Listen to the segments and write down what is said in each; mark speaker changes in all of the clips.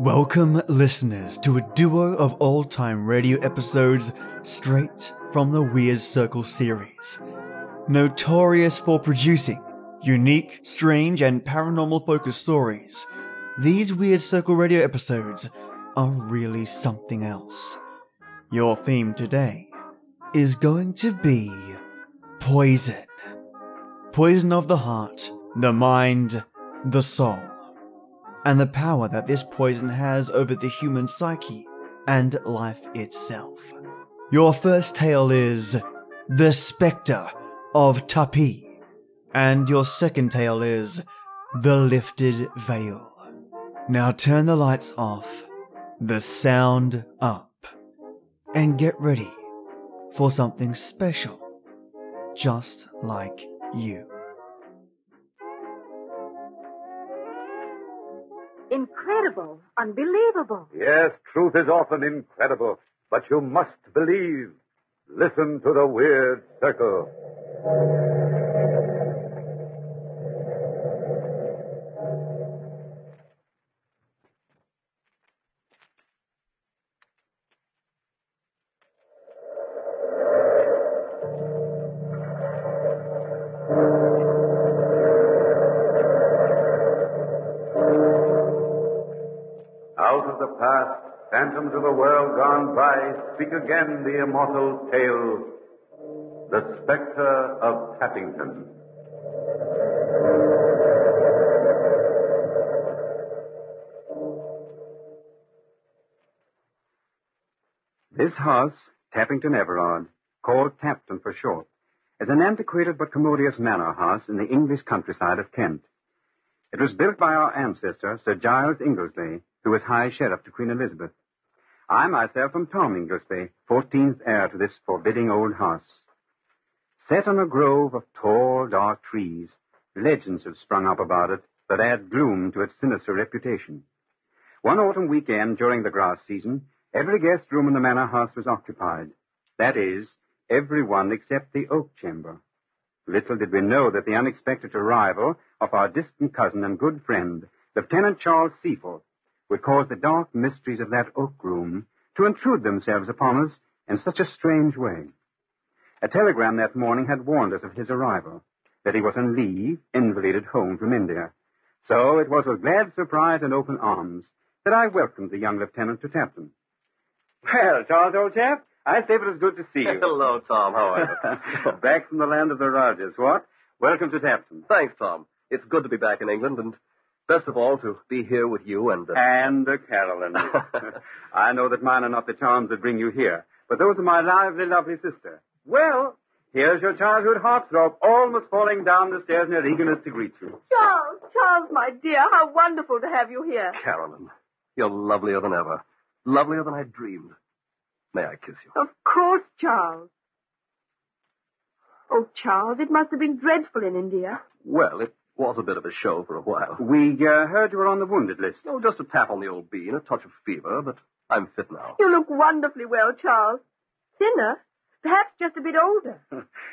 Speaker 1: Welcome, listeners, to a duo of old time radio episodes straight from the Weird Circle series. Notorious for producing unique, strange, and paranormal focused stories, these Weird Circle radio episodes are really something else. Your theme today is going to be poison. Poison of the heart, the mind, the soul, and the power that this poison has over the human psyche and life itself. Your first tale is The Spectre of Tapi, and your second tale is The Lifted Veil. Now turn the lights off, the sound up, and get ready for something special, just like you.
Speaker 2: Incredible. Unbelievable.
Speaker 3: Yes, truth is often incredible, but you must believe. Listen to the weird circle. Out of the past, phantoms of a world gone by, speak again the immortal tale. The Spectre of Tappington.
Speaker 4: This house, Tappington Everard, called Tapton for short, is an antiquated but commodious manor house in the English countryside of Kent. It was built by our ancestor, Sir Giles Ingoldsby, who was High Sheriff to Queen Elizabeth. I myself am Tom Ingoldsby, 14th heir to this forbidding old house. Set on a grove of tall, dark trees, legends have sprung up about it that add gloom to its sinister reputation. One autumn weekend during the grass season, every guest room in the manor house was occupied. That is, every one except the oak chamber. Little did we know that the unexpected arrival of our distant cousin and good friend, Lieutenant Charles Seaforth, would cause the dark mysteries of that oak room to intrude themselves upon us in such a strange way. A telegram that morning had warned us of his arrival, that he was on leave, invalided home from India. So it was with glad surprise and open arms that I welcomed the young lieutenant to Tapton. Well, Charles, old chap, I say it is good to see you.
Speaker 5: Hello, Tom. How are you?
Speaker 4: Back from the land of the Rogers, what? Welcome to Tapton.
Speaker 5: Thanks, Tom. It's good to be back in England, and best of all, to be here with you and. Uh,
Speaker 4: And uh, Carolyn. I know that mine are not the charms that bring you here, but those are my lively, lovely sister. Well, here's your childhood heartthrob almost falling down the stairs in her eagerness to greet you.
Speaker 2: Charles, Charles, my dear, how wonderful to have you here.
Speaker 5: Carolyn, you're lovelier than ever. Lovelier than I dreamed. May I kiss you?
Speaker 2: Of course, Charles. Oh, Charles, it must have been dreadful in India.
Speaker 5: Well, it was a bit of a show for a while.
Speaker 4: We uh, heard you were on the wounded list.
Speaker 5: Oh, just a tap on the old bee and a touch of fever, but I'm fit now.
Speaker 2: You look wonderfully well, Charles. Thinner, perhaps just a bit older.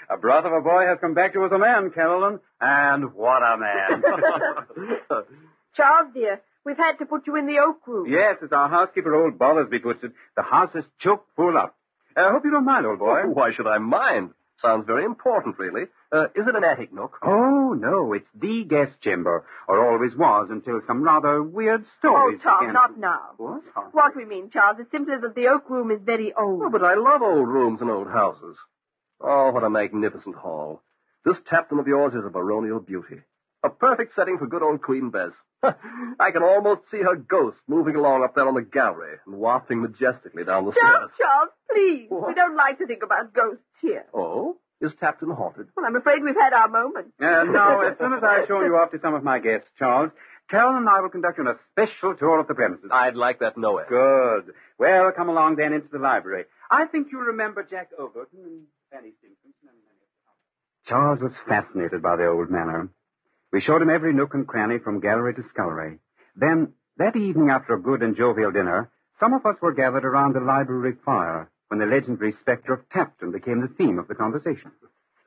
Speaker 4: A brother of a boy has come back to us a man, Carolyn, and what a man.
Speaker 2: Charles, dear, we've had to put you in the oak room.
Speaker 4: yes, as our housekeeper, old Bothersby, puts it, the house is choke full up. I hope you don't mind, old boy.
Speaker 5: Why should I mind? Sounds very important, really. Uh, is it an attic nook?
Speaker 4: Oh, no, it's the guest chamber, or always was until some rather weird
Speaker 2: oh,
Speaker 4: stories
Speaker 2: Charles,
Speaker 4: began.
Speaker 2: not now.
Speaker 4: What?
Speaker 2: What we mean, Charles, is simply that the oak room is very old.
Speaker 5: Oh, but I love old rooms and old houses. Oh, what a magnificent hall. This Tapton of yours is a baronial beauty. A perfect setting for good old Queen Bess. I can almost see her ghost moving along up there on the gallery and wafting majestically down the
Speaker 2: Don't,
Speaker 5: stairs.
Speaker 2: Charles, please. We
Speaker 5: What?
Speaker 2: don't like to think about ghosts here.
Speaker 5: Oh, is Tapton haunted?
Speaker 2: Well, I'm afraid we've had our moment.
Speaker 4: Uh, now, as soon as I've shown you off to some of my guests, Charles, Carol and I will conduct you on a special tour of the premises.
Speaker 5: I'd like that nowhere.
Speaker 4: Good. Well, come along then into the library. I think you remember Jack Overton and Fanny Stimson and many Charles was fascinated by the old manor. We showed him every nook and cranny from gallery to scullery. Then, that evening after a good and jovial dinner, some of us were gathered around the library fire when the legendary specter of Tapton became the theme of the conversation.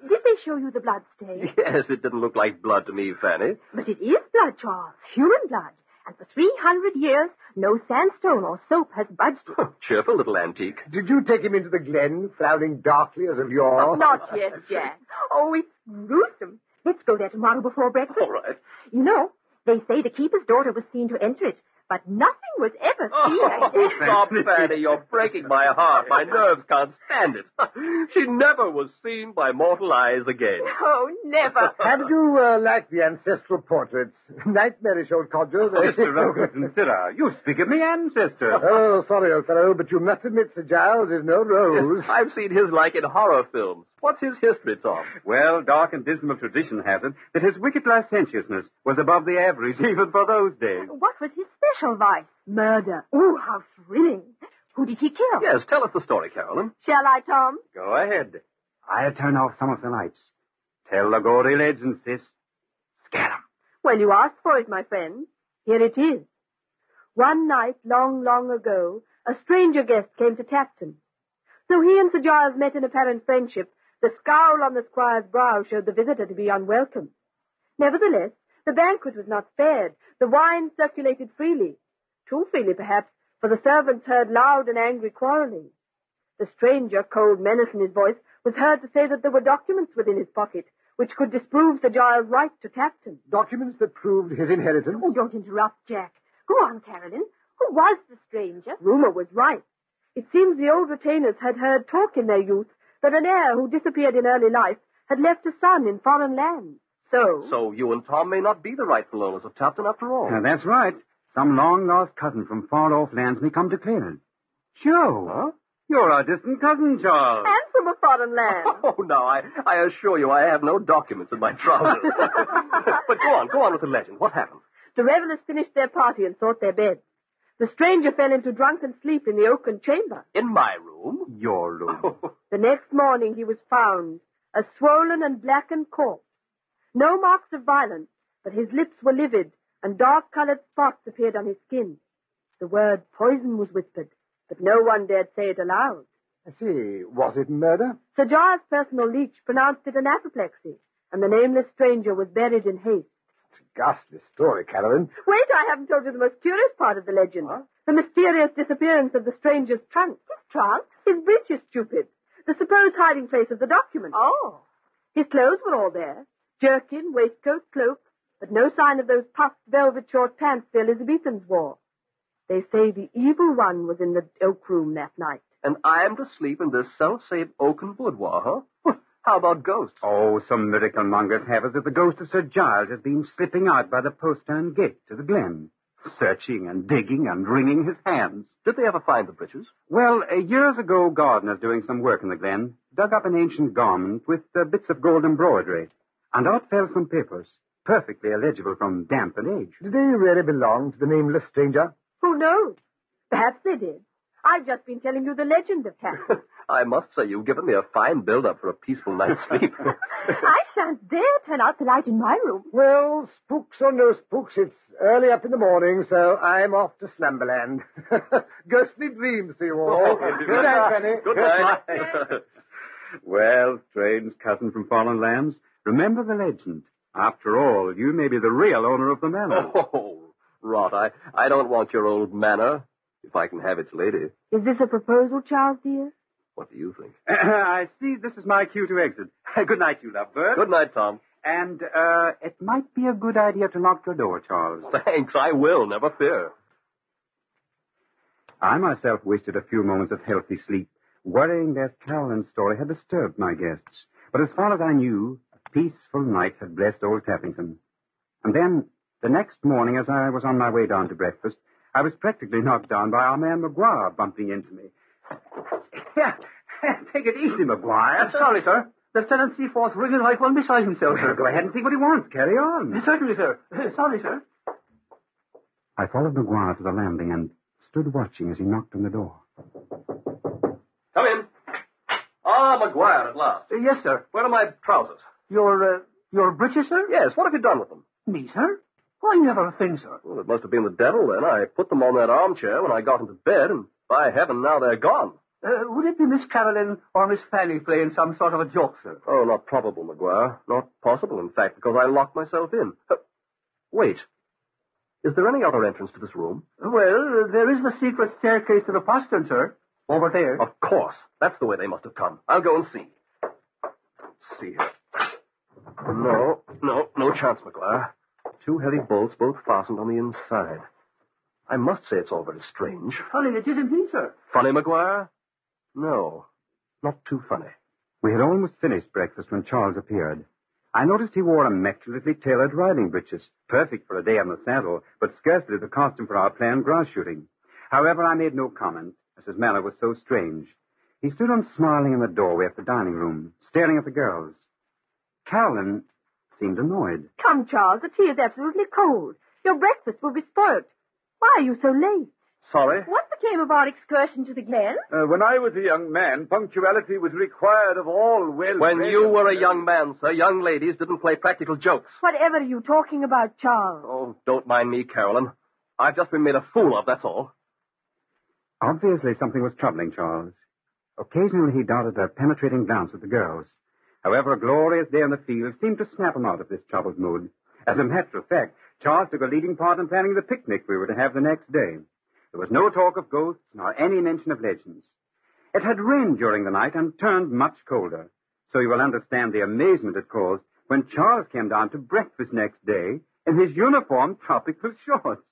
Speaker 2: Did they show you the blood stain?
Speaker 5: Yes, it didn't look like blood to me, Fanny.
Speaker 2: But it is blood, Charles. Human blood. and for 300 years, no sandstone or soap has budged it.
Speaker 5: Cheerful little antique.
Speaker 6: Did you take him into the glen, frowning darkly as of
Speaker 5: Oh.
Speaker 6: yore?
Speaker 2: Not yet, Jack. Oh, it's gruesome. Let's go there tomorrow before breakfast.
Speaker 5: All right.
Speaker 2: You know, they say the keeper's daughter was seen to enter it, but nothing was ever seen.
Speaker 5: Oh, stop, Fanny. You're breaking my heart. My nerves can't stand it. she never was seen by mortal eyes again.
Speaker 2: Oh, never.
Speaker 6: How did you uh, like the ancestral portraits? Nightmarish old codgers.
Speaker 5: Oh,
Speaker 6: eh?
Speaker 4: Mr. Rosenthal, you speak of me ancestor.
Speaker 6: oh, sorry, old fellow, but you must admit Sir Giles is no rose.
Speaker 5: I've seen his like in horror films. What's his history, Tom?
Speaker 4: Well, dark and dismal tradition has it that his wicked licentiousness was above the average even for those days.
Speaker 2: What was his special vice? Murder. Ooh, how thrilling. Who did he kill?
Speaker 5: Yes, tell us the story, Carolyn.
Speaker 2: Shall I, Tom?
Speaker 4: Go ahead. I'll turn off some of the lights. Tell the gory legend, sis. Scare 'em.
Speaker 2: Well, you asked for it, my friend. Here it is. One night, long, long ago, a stranger guest came to Tapton. Though he and Sir Giles met in apparent friendship, the scowl on the squire's brow showed the visitor to be unwelcome. Nevertheless, the banquet was not spared. The wine circulated freely. Too freely, perhaps, for the servants heard loud and angry quarreling. The stranger, cold menace in his voice, was heard to say that there were documents within his pocket which could disprove Sir Giles' right to Tapton.
Speaker 6: Documents that proved his inheritance.
Speaker 2: Oh, don't interrupt, Jack. Go on, Carolyn. Who was the stranger? Rumor was right. It seems the old retainers had heard talk in their youth that an heir who disappeared in early life had left a son in foreign lands. So,
Speaker 5: So you and Tom may not be the rightful owners of Tapton after all.
Speaker 4: Now, that's right. Some long lost cousin from far off lands may come to claim him. Joe, you're our distant cousin, Charles.
Speaker 2: and from a foreign land.
Speaker 5: Oh, no, I, I assure you I have no documents in my trousers. but go on, go on with the legend. What happened?
Speaker 2: the revelers finished their party and sought their beds. The stranger fell into drunken sleep in the oaken chamber.
Speaker 5: In my room?
Speaker 4: Your room.
Speaker 5: Oh.
Speaker 2: The next morning he was found, a swollen and blackened corpse. No marks of violence, but his lips were livid and dark colored spots appeared on his skin. The word poison was whispered, but no one dared say it aloud.
Speaker 6: I see. Was it murder?
Speaker 2: Sir Giles' personal leech pronounced it an apoplexy, and the nameless stranger was buried in haste.
Speaker 6: Ghastly story, Carolyn.
Speaker 2: Wait, I haven't told you the most curious part of the legend. The mysterious disappearance of the stranger's trunk. His trunk? His breeches, stupid. The supposed hiding place of the document. Oh. His clothes were all there. Jerkin, waistcoat, cloak, but no sign of those puffed velvet short pants the Elizabethans wore. They say the evil one was in the oak room that night.
Speaker 5: And I am to sleep in this self-same oaken boudoir, huh? How about ghosts?
Speaker 4: Oh, some miracle mongers have it that the ghost of Sir Giles has been slipping out by the postern gate to the glen, searching and digging and wringing his hands.
Speaker 5: Did they ever find the breeches?
Speaker 4: Well, uh, years ago, gardeners doing some work in the glen dug up an ancient garment with uh, bits of gold embroidery, and out fell some papers, perfectly illegible from damp and age.
Speaker 6: Did they really belong to the nameless stranger?
Speaker 2: Who knows? Perhaps they did. I've just been telling you the legend of Tam.
Speaker 5: I must say you've given me a fine build-up for a peaceful night's sleep.
Speaker 2: I shan't dare turn out the light in my room.
Speaker 6: Well, spooks or no spooks, it's early up in the morning, so I'm off to Slumberland. Ghostly dreams to you all. Good night, Penny.
Speaker 5: Oh, Good night.
Speaker 4: Well, strange cousin from foreign lands, remember the legend. After all, you may be the real owner of the manor.
Speaker 5: oh, rot. I, I don't want your old manor, if I can have its lady.
Speaker 2: Is this a proposal, Charles, dear?
Speaker 5: What do you think?
Speaker 4: I see this is my cue to exit. Good night, you lovebird.
Speaker 5: Good night, Tom.
Speaker 4: And uh, it might be a good idea to lock your door, Charles.
Speaker 5: Thanks, I will, never fear.
Speaker 4: I myself wasted a few moments of healthy sleep, worrying that Carolyn's story had disturbed my guests. But as far as I knew, a peaceful night had blessed old Tappington. And then, the next morning, as I was on my way down to breakfast, I was practically knocked down by our man McGuire bumping into me. Yeah, take it easy, McGuire.
Speaker 7: Sorry, sir. Lieutenant Seaforth's really like one beside himself, sir.
Speaker 4: Go ahead and see what he wants. Carry on.
Speaker 7: Certainly, sir. Sorry, sir.
Speaker 4: I followed McGuire to the landing and stood watching as he knocked on the door.
Speaker 5: Come in. Ah, McGuire, at last.
Speaker 7: Uh, yes, sir.
Speaker 5: Where are my trousers?
Speaker 7: Your, uh, your breeches, sir?
Speaker 5: Yes, what have you done with them?
Speaker 7: Me, sir? Why, never a thing, sir.
Speaker 5: Well, it must have been the devil then. I put them on that armchair when I got into bed, and by heaven, now they're gone.
Speaker 7: Uh, would it be Miss Carolyn or Miss Fanny playing some sort of a joke, sir?
Speaker 5: Oh, not probable, McGuire. Not possible, in fact, because I locked myself in. Uh, wait. Is there any other entrance to this room?
Speaker 7: Well, there is the secret staircase to the postern, sir. Over there.
Speaker 5: Of course. That's the way they must have come. I'll go and see. See here. No, no, no chance, McGuire. Two heavy bolts, both fastened on the inside. I must say it's all very strange.
Speaker 7: Funny, it isn't he, sir.
Speaker 5: Funny, McGuire? No, not too funny.
Speaker 4: We had almost finished breakfast when Charles appeared. I noticed he wore immaculately tailored riding breeches, perfect for a day on the saddle, but scarcely the costume for our planned grouse shooting. However, I made no comment. Mrs. Mallow was so strange. He stood on smiling in the doorway of the dining room, staring at the girls. Carolyn seemed annoyed.
Speaker 2: Come, Charles, the tea is absolutely cold. Your breakfast will be spoilt. Why are you so late?
Speaker 3: Sorry?
Speaker 2: What became of our excursion to the Glen?
Speaker 3: Uh, when I was a young man, punctuality was required of all well.
Speaker 5: When you were a young man, sir, young ladies didn't play practical jokes.
Speaker 2: Whatever are you talking about, Charles?
Speaker 5: Oh, don't mind me, Carolyn. I've just been made a fool of, that's all.
Speaker 4: Obviously, something was troubling Charles. Occasionally, he darted a penetrating glance at the girls. However, a glorious day in the field seemed to snap him out of this troubled mood. As a matter of fact, Charles took a leading part in planning the picnic we were to have the next day. There was no talk of ghosts nor any mention of legends. It had rained during the night and turned much colder, so you will understand the amazement it caused when Charles came down to breakfast next day in his uniform tropical shorts.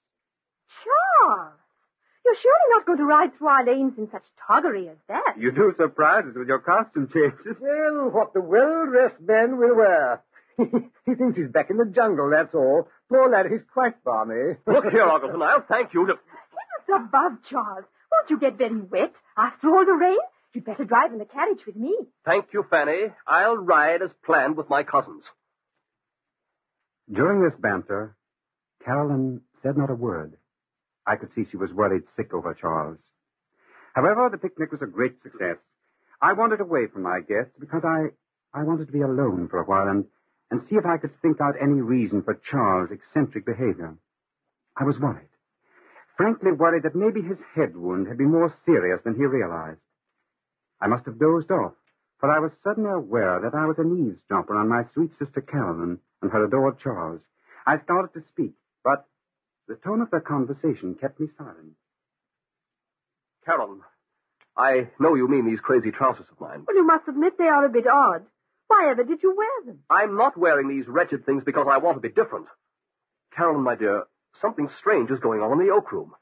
Speaker 2: Charles, you're surely not going to ride through our lanes in such toggery as that.
Speaker 4: You do surprise us with your costume changes.
Speaker 6: Well, what the well-dressed men will wear. he thinks he's back in the jungle, that's all. Poor lad, he's quite balmy.
Speaker 5: Look here, Ogleton, I'll thank you to...
Speaker 2: Heavens above, Charles. Won't you get very wet after all the rain? You'd better drive in the carriage with me.
Speaker 5: Thank you, Fanny. I'll ride as planned with my cousins.
Speaker 4: During this banter, Carolyn said not a word. I could see she was worried sick over Charles. However, the picnic was a great success. I wandered away from my guests because I, I wanted to be alone for a while and, and see if I could think out any reason for Charles' eccentric behavior. I was worried, frankly worried that maybe his head wound had been more serious than he realized. I must have dozed off, for I was suddenly aware that I was an eavesdropper on my sweet sister Carolyn and her adored Charles. I started to speak, but the tone of their conversation kept me silent.
Speaker 5: Carolyn, I know you mean these crazy trousers of mine.
Speaker 2: Well, you must admit they are a bit odd. Why ever did you wear them?
Speaker 5: I'm not wearing these wretched things because I want to be different. Carolyn, my dear, something strange is going on in the oak room.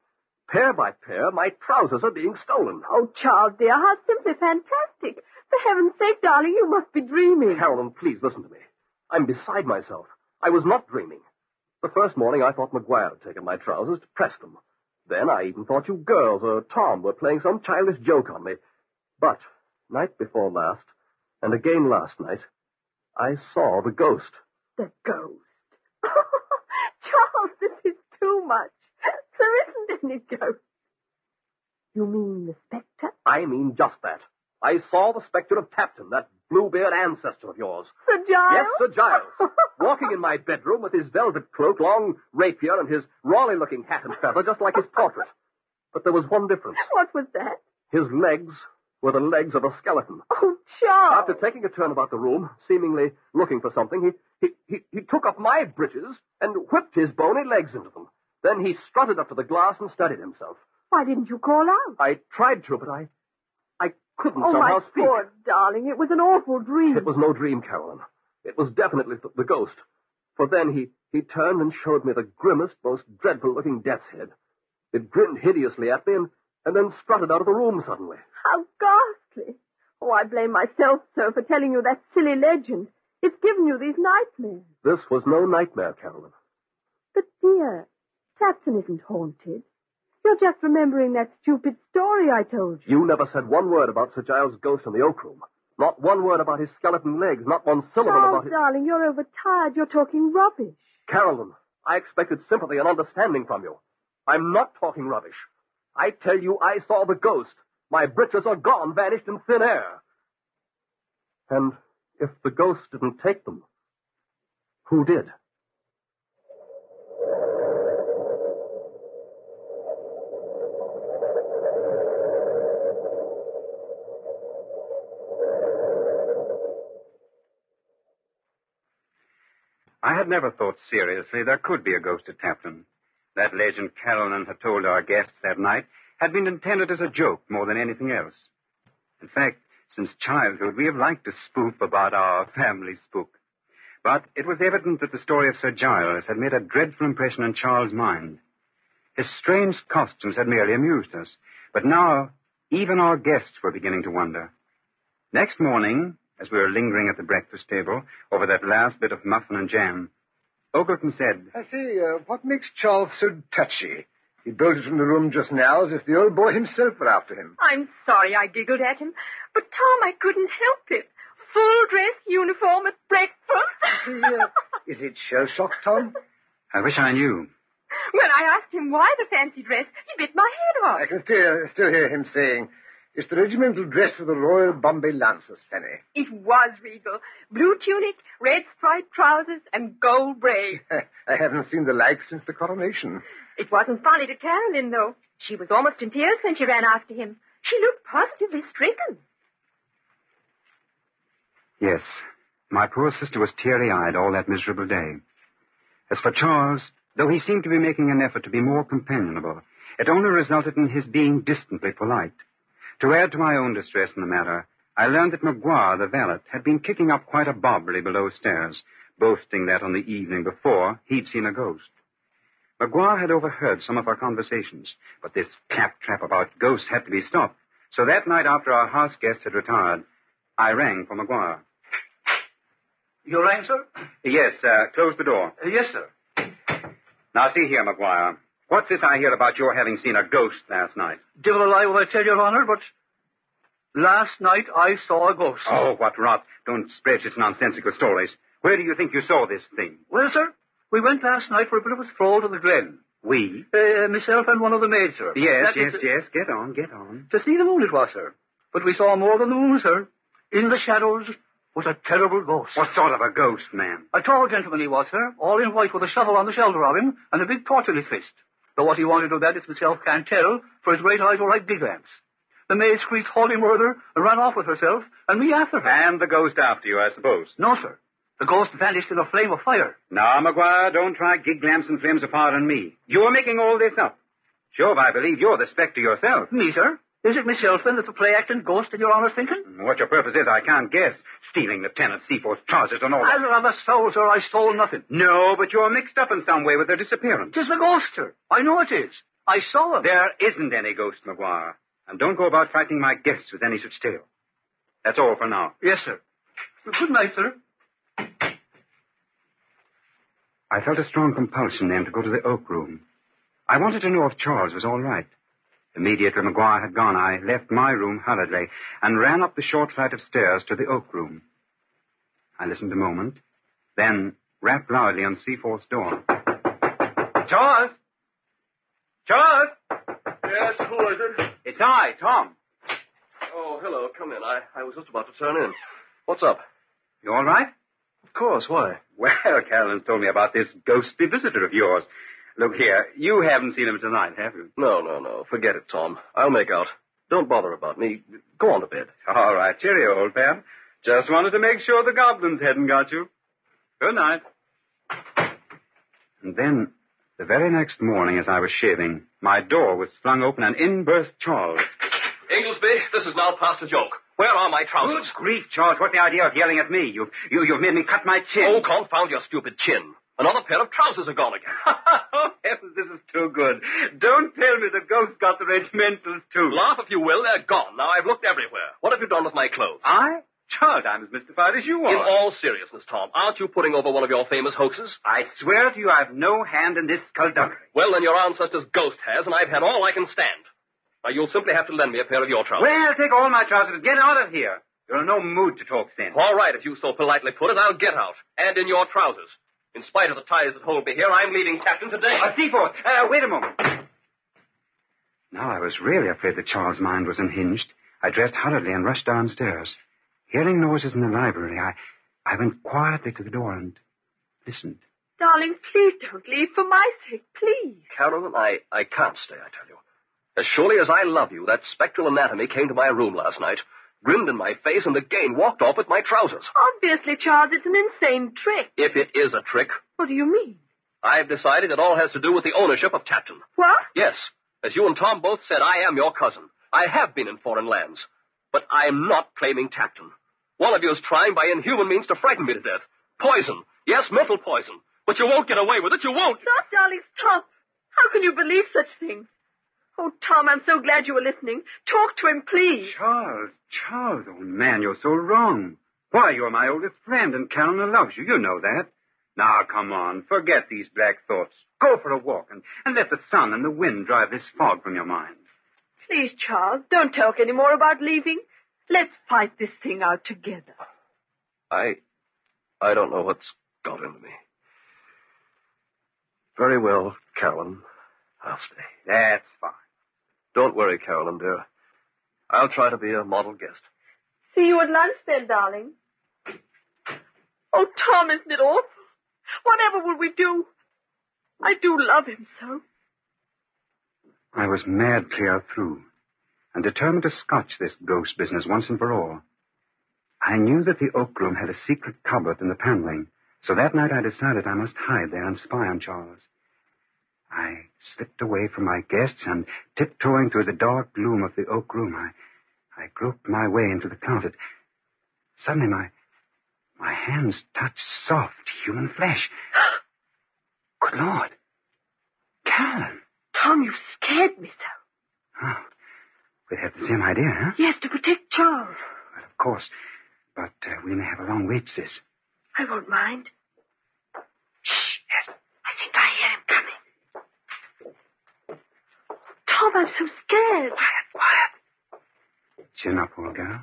Speaker 5: Pair by pair, my trousers are being stolen.
Speaker 2: Oh, Charles, dear, how simply fantastic. For heaven's sake, darling, you must be dreaming.
Speaker 5: Carolyn, please listen to me. I'm beside myself. I was not dreaming. The first morning I thought McGuire had taken my trousers to press them. Then I even thought you girls or Tom were playing some childish joke on me. But night before last, and again last night, I saw the ghost.
Speaker 2: The ghost. Charles, this is too much. There isn't any ghost. You mean the spectre?
Speaker 5: I mean just that. I saw the specter of Tapton, that bluebeard ancestor of yours.
Speaker 2: Sir Giles?
Speaker 5: Yes, Sir Giles. Walking in my bedroom with his velvet cloak, long rapier, and his Raleigh looking hat and feather, just like his portrait. But there was one difference.
Speaker 2: What was that?
Speaker 5: His legs were the legs of a skeleton.
Speaker 2: Oh, Charles.
Speaker 5: After taking a turn about the room, seemingly looking for something, he, he, he, he took up my breeches and whipped his bony legs into them. Then he strutted up to the glass and studied himself.
Speaker 2: Why didn't you call out?
Speaker 5: I tried to, but I couldn't
Speaker 2: oh,
Speaker 5: somehow
Speaker 2: my
Speaker 5: speak.
Speaker 2: poor darling, it was an awful dream.
Speaker 5: It was no dream, Carolyn. It was definitely th- the ghost. For then he, he turned and showed me the grimmest, most dreadful looking death's head. It grinned hideously at me and, and then strutted out of the room suddenly.
Speaker 2: How ghastly. Oh, I blame myself, sir, for telling you that silly legend. It's given you these nightmares.
Speaker 5: This was no nightmare, Carolyn.
Speaker 2: But, dear, Tapton isn't haunted. You're just remembering that stupid story I told you.
Speaker 5: You never said one word about Sir Giles' ghost in the oak room. Not one word about his skeleton legs, not one syllable
Speaker 2: Charles,
Speaker 5: about his.
Speaker 2: darling, you're overtired. You're talking rubbish.
Speaker 5: Carolyn, I expected sympathy and understanding from you. I'm not talking rubbish. I tell you, I saw the ghost. My breeches are gone, vanished in thin air. And if the ghost didn't take them, who did?
Speaker 4: I had never thought seriously there could be a ghost at Tapton. that legend Carolyn had told our guests that night had been intended as a joke more than anything else. In fact, since childhood, we have liked to spoof about our family spook. But it was evident that the story of Sir Giles had made a dreadful impression on Charles' mind. His strange costumes had merely amused us, but now even our guests were beginning to wonder. Next morning, as we were lingering at the breakfast table over that last bit of muffin and jam, Ogleton said,
Speaker 6: I see. Uh, what makes Charles so touchy? He bolted from the room just now as if the old boy himself were after him.
Speaker 8: I'm sorry I giggled at him, but Tom, I couldn't help it. Full dress uniform at
Speaker 6: See,
Speaker 2: Oh,
Speaker 8: breakfast.
Speaker 6: uh, is it shell shock, Tom?
Speaker 4: I wish I knew.
Speaker 8: when I asked him why the fancy dress, he bit my head off.
Speaker 6: I can still, still hear him saying, It's the regimental dress of the Royal Bombay Lancers, Fanny.
Speaker 8: It was regal. Blue tunic, red striped trousers, and gold braid.
Speaker 6: I haven't seen the like since the coronation.
Speaker 8: It wasn't funny to Carolyn, though. She was almost in tears when she ran after him. She looked positively stricken.
Speaker 4: Yes, my poor sister was teary eyed all that miserable day. As for Charles, though he seemed to be making an effort to be more companionable, it only resulted in his being distantly polite. To add to my own distress in the matter, I learned that McGuire, the valet, had been kicking up quite a bobbery below stairs, boasting that on the evening before he'd seen a ghost. McGuire had overheard some of our conversations, but this claptrap about ghosts had to be stopped. So that night after our house guests had retired, I rang for McGuire.
Speaker 7: You rang, sir?
Speaker 4: Yes, uh, close the door.
Speaker 7: Uh, yes, sir.
Speaker 4: Now, see here, McGuire. What's this I hear about your having seen a ghost last night?
Speaker 7: Devil alive will I tell your honor, but last night I saw a ghost.
Speaker 4: Oh, what rot. Don't spread such nonsensical stories. Where do you think you saw this thing?
Speaker 7: Well, sir, we went last night for a bit of a stroll to the Glen.
Speaker 4: We?
Speaker 7: Uh, myself and one of the maids, sir.
Speaker 4: Yes,
Speaker 7: That
Speaker 4: yes,
Speaker 7: is, uh,
Speaker 4: yes. Get on, get on.
Speaker 7: To see the moon it was, sir. But we saw more than the moon, sir. In the shadows was a terrible ghost.
Speaker 4: What sort of a ghost, man?
Speaker 7: A tall gentleman he was, sir, all in white with a shovel on the shoulder of him and a big torch in his fist. Though what he wanted of that is myself can't tell, for his great eyes were like big lamps. The maid screeched holy murder and ran off with herself, and me after her.
Speaker 4: And the ghost after you, I suppose.
Speaker 7: No, sir. The ghost vanished in a flame of fire.
Speaker 4: Now, McGuire, don't try gig lamps and flames apart on me. You're making all this up. Jove, I believe you're the specter yourself.
Speaker 7: Me, sir? Is it myself, then, that's a play-acting ghost in your honour's thinking?
Speaker 4: What your purpose is, I can't guess. Stealing Lieutenant Seaforth's trousers and all that.
Speaker 7: I'd rather soul, sir. I stole nothing.
Speaker 4: No, but you're mixed up in some way with their disappearance.
Speaker 7: Tis the ghost, sir. I know it is. I saw him.
Speaker 4: There isn't any ghost, McGuire. And don't go about frightening my guests with any such tale. That's all for now.
Speaker 7: Yes, sir. Good night, sir.
Speaker 4: I felt a strong compulsion then to go to the Oak Room. I wanted to know if Charles was all right. Immediately McGuire had gone, I left my room hurriedly and ran up the short flight of stairs to the Oak Room. I listened a moment, then rapped loudly on Seaforth's door. Charles! Charles!
Speaker 5: Yes, who is it?
Speaker 4: It's I, Tom.
Speaker 5: Oh, hello. Come in. I, I was just about to turn in. What's up?
Speaker 4: You all right?
Speaker 5: Of course. Why?
Speaker 4: Well, Carolyn's told me about this ghostly visitor of yours. Look here, you haven't seen him tonight, have you?
Speaker 5: No, no, no. Forget it, Tom. I'll make out. Don't bother about me. Go on to bed.
Speaker 4: All right, cheerio, old pal. Just wanted to make sure the goblins hadn't got you. Good night. And then, the very next morning, as I was shaving, my door was flung open and in burst Charles.
Speaker 5: Inglesby, this is now past a joke. Where are my trousers?
Speaker 4: grief, Charles, what's the idea of yelling at me? You've, you, you've made me cut my chin.
Speaker 5: Oh, confound your stupid chin. Another pair of trousers are gone again.
Speaker 4: oh, heavens, this is too good. Don't tell me the ghost got the regimentals, too.
Speaker 5: Laugh if you will, they're gone. Now I've looked everywhere. What have you done with my clothes?
Speaker 4: I? Charles, I'm as mystified as you are.
Speaker 5: In all seriousness, Tom, aren't you putting over one of your famous hoaxes?
Speaker 4: I swear to you, I've no hand in this skullduggery.
Speaker 5: Well, then your ancestor's ghost has, and I've had all I can stand. Now you'll simply have to lend me a pair of your trousers.
Speaker 4: Well, take all my trousers. Get out of here. You're in no mood to talk sense.
Speaker 5: All right, if you so politely put it, I'll get out. And in your trousers. In spite of the ties that hold me here, I'm leaving Captain today.
Speaker 4: Uh, Seaforth, uh, wait a moment. Now I was really afraid that Charles' mind was unhinged. I dressed hurriedly and rushed downstairs. Hearing noises in the library, I, I went quietly to the door and listened.
Speaker 8: Darling, please don't leave for my sake, please.
Speaker 5: Carolyn, I, I can't stay, I tell you. As surely as I love you, that spectral anatomy came to my room last night, grinned in my face, and again walked off with my trousers.
Speaker 8: Obviously, Charles, it's an insane trick.
Speaker 5: If it is a trick,
Speaker 8: What do you mean?
Speaker 5: I've decided it all has to do with the ownership of Tapton.
Speaker 9: What?
Speaker 5: Yes, as you and Tom both said, I am your cousin. I have been in foreign lands. But I'm not claiming Tapton. One of you is trying by inhuman means to frighten me to death. Poison. Yes, mental poison. But you won't get away with it. You won't.
Speaker 9: Stop, darling, stop. How can you believe such things? Oh, Tom, I'm so glad you were listening. Talk to him, please.
Speaker 4: Charles, Charles, old man, you're so wrong. Why, you're my oldest friend, and Calendar loves you. You know that. Now, come on, forget these black thoughts. Go for a walk and, and let the sun and the wind drive this fog from your mind.
Speaker 9: Please, Charles, don't talk any more about leaving. Let's fight this thing out together.
Speaker 5: I. I don't know what's got into me. Very well, Carolyn. I'll stay.
Speaker 4: That's fine.
Speaker 5: Don't worry, Carolyn, dear. I'll try to be a model guest.
Speaker 10: See you at lunch then, darling.
Speaker 9: Oh, Tom, isn't it awful? Whatever will we do? I do love him so.
Speaker 4: I was mad clear through, and determined to scotch this ghost business once and for all. I knew that the oak room had a secret cupboard in the paneling, so that night I decided I must hide there and spy on Charles. I slipped away from my guests, and tiptoeing through the dark gloom of the oak room, I, I groped my way into the closet. Suddenly, my my hands touched soft human flesh. Good Lord, Callan!
Speaker 9: Tom, you scared me so.
Speaker 4: Oh, we have the same idea, huh?
Speaker 9: Yes, to protect Charles.
Speaker 4: Well, of course. But uh, we may have a long wait, sis.
Speaker 9: I won't mind. Shh. Yes. I think I hear him coming. Tom, I'm so scared. Quiet, quiet.
Speaker 4: Chin up, old girl.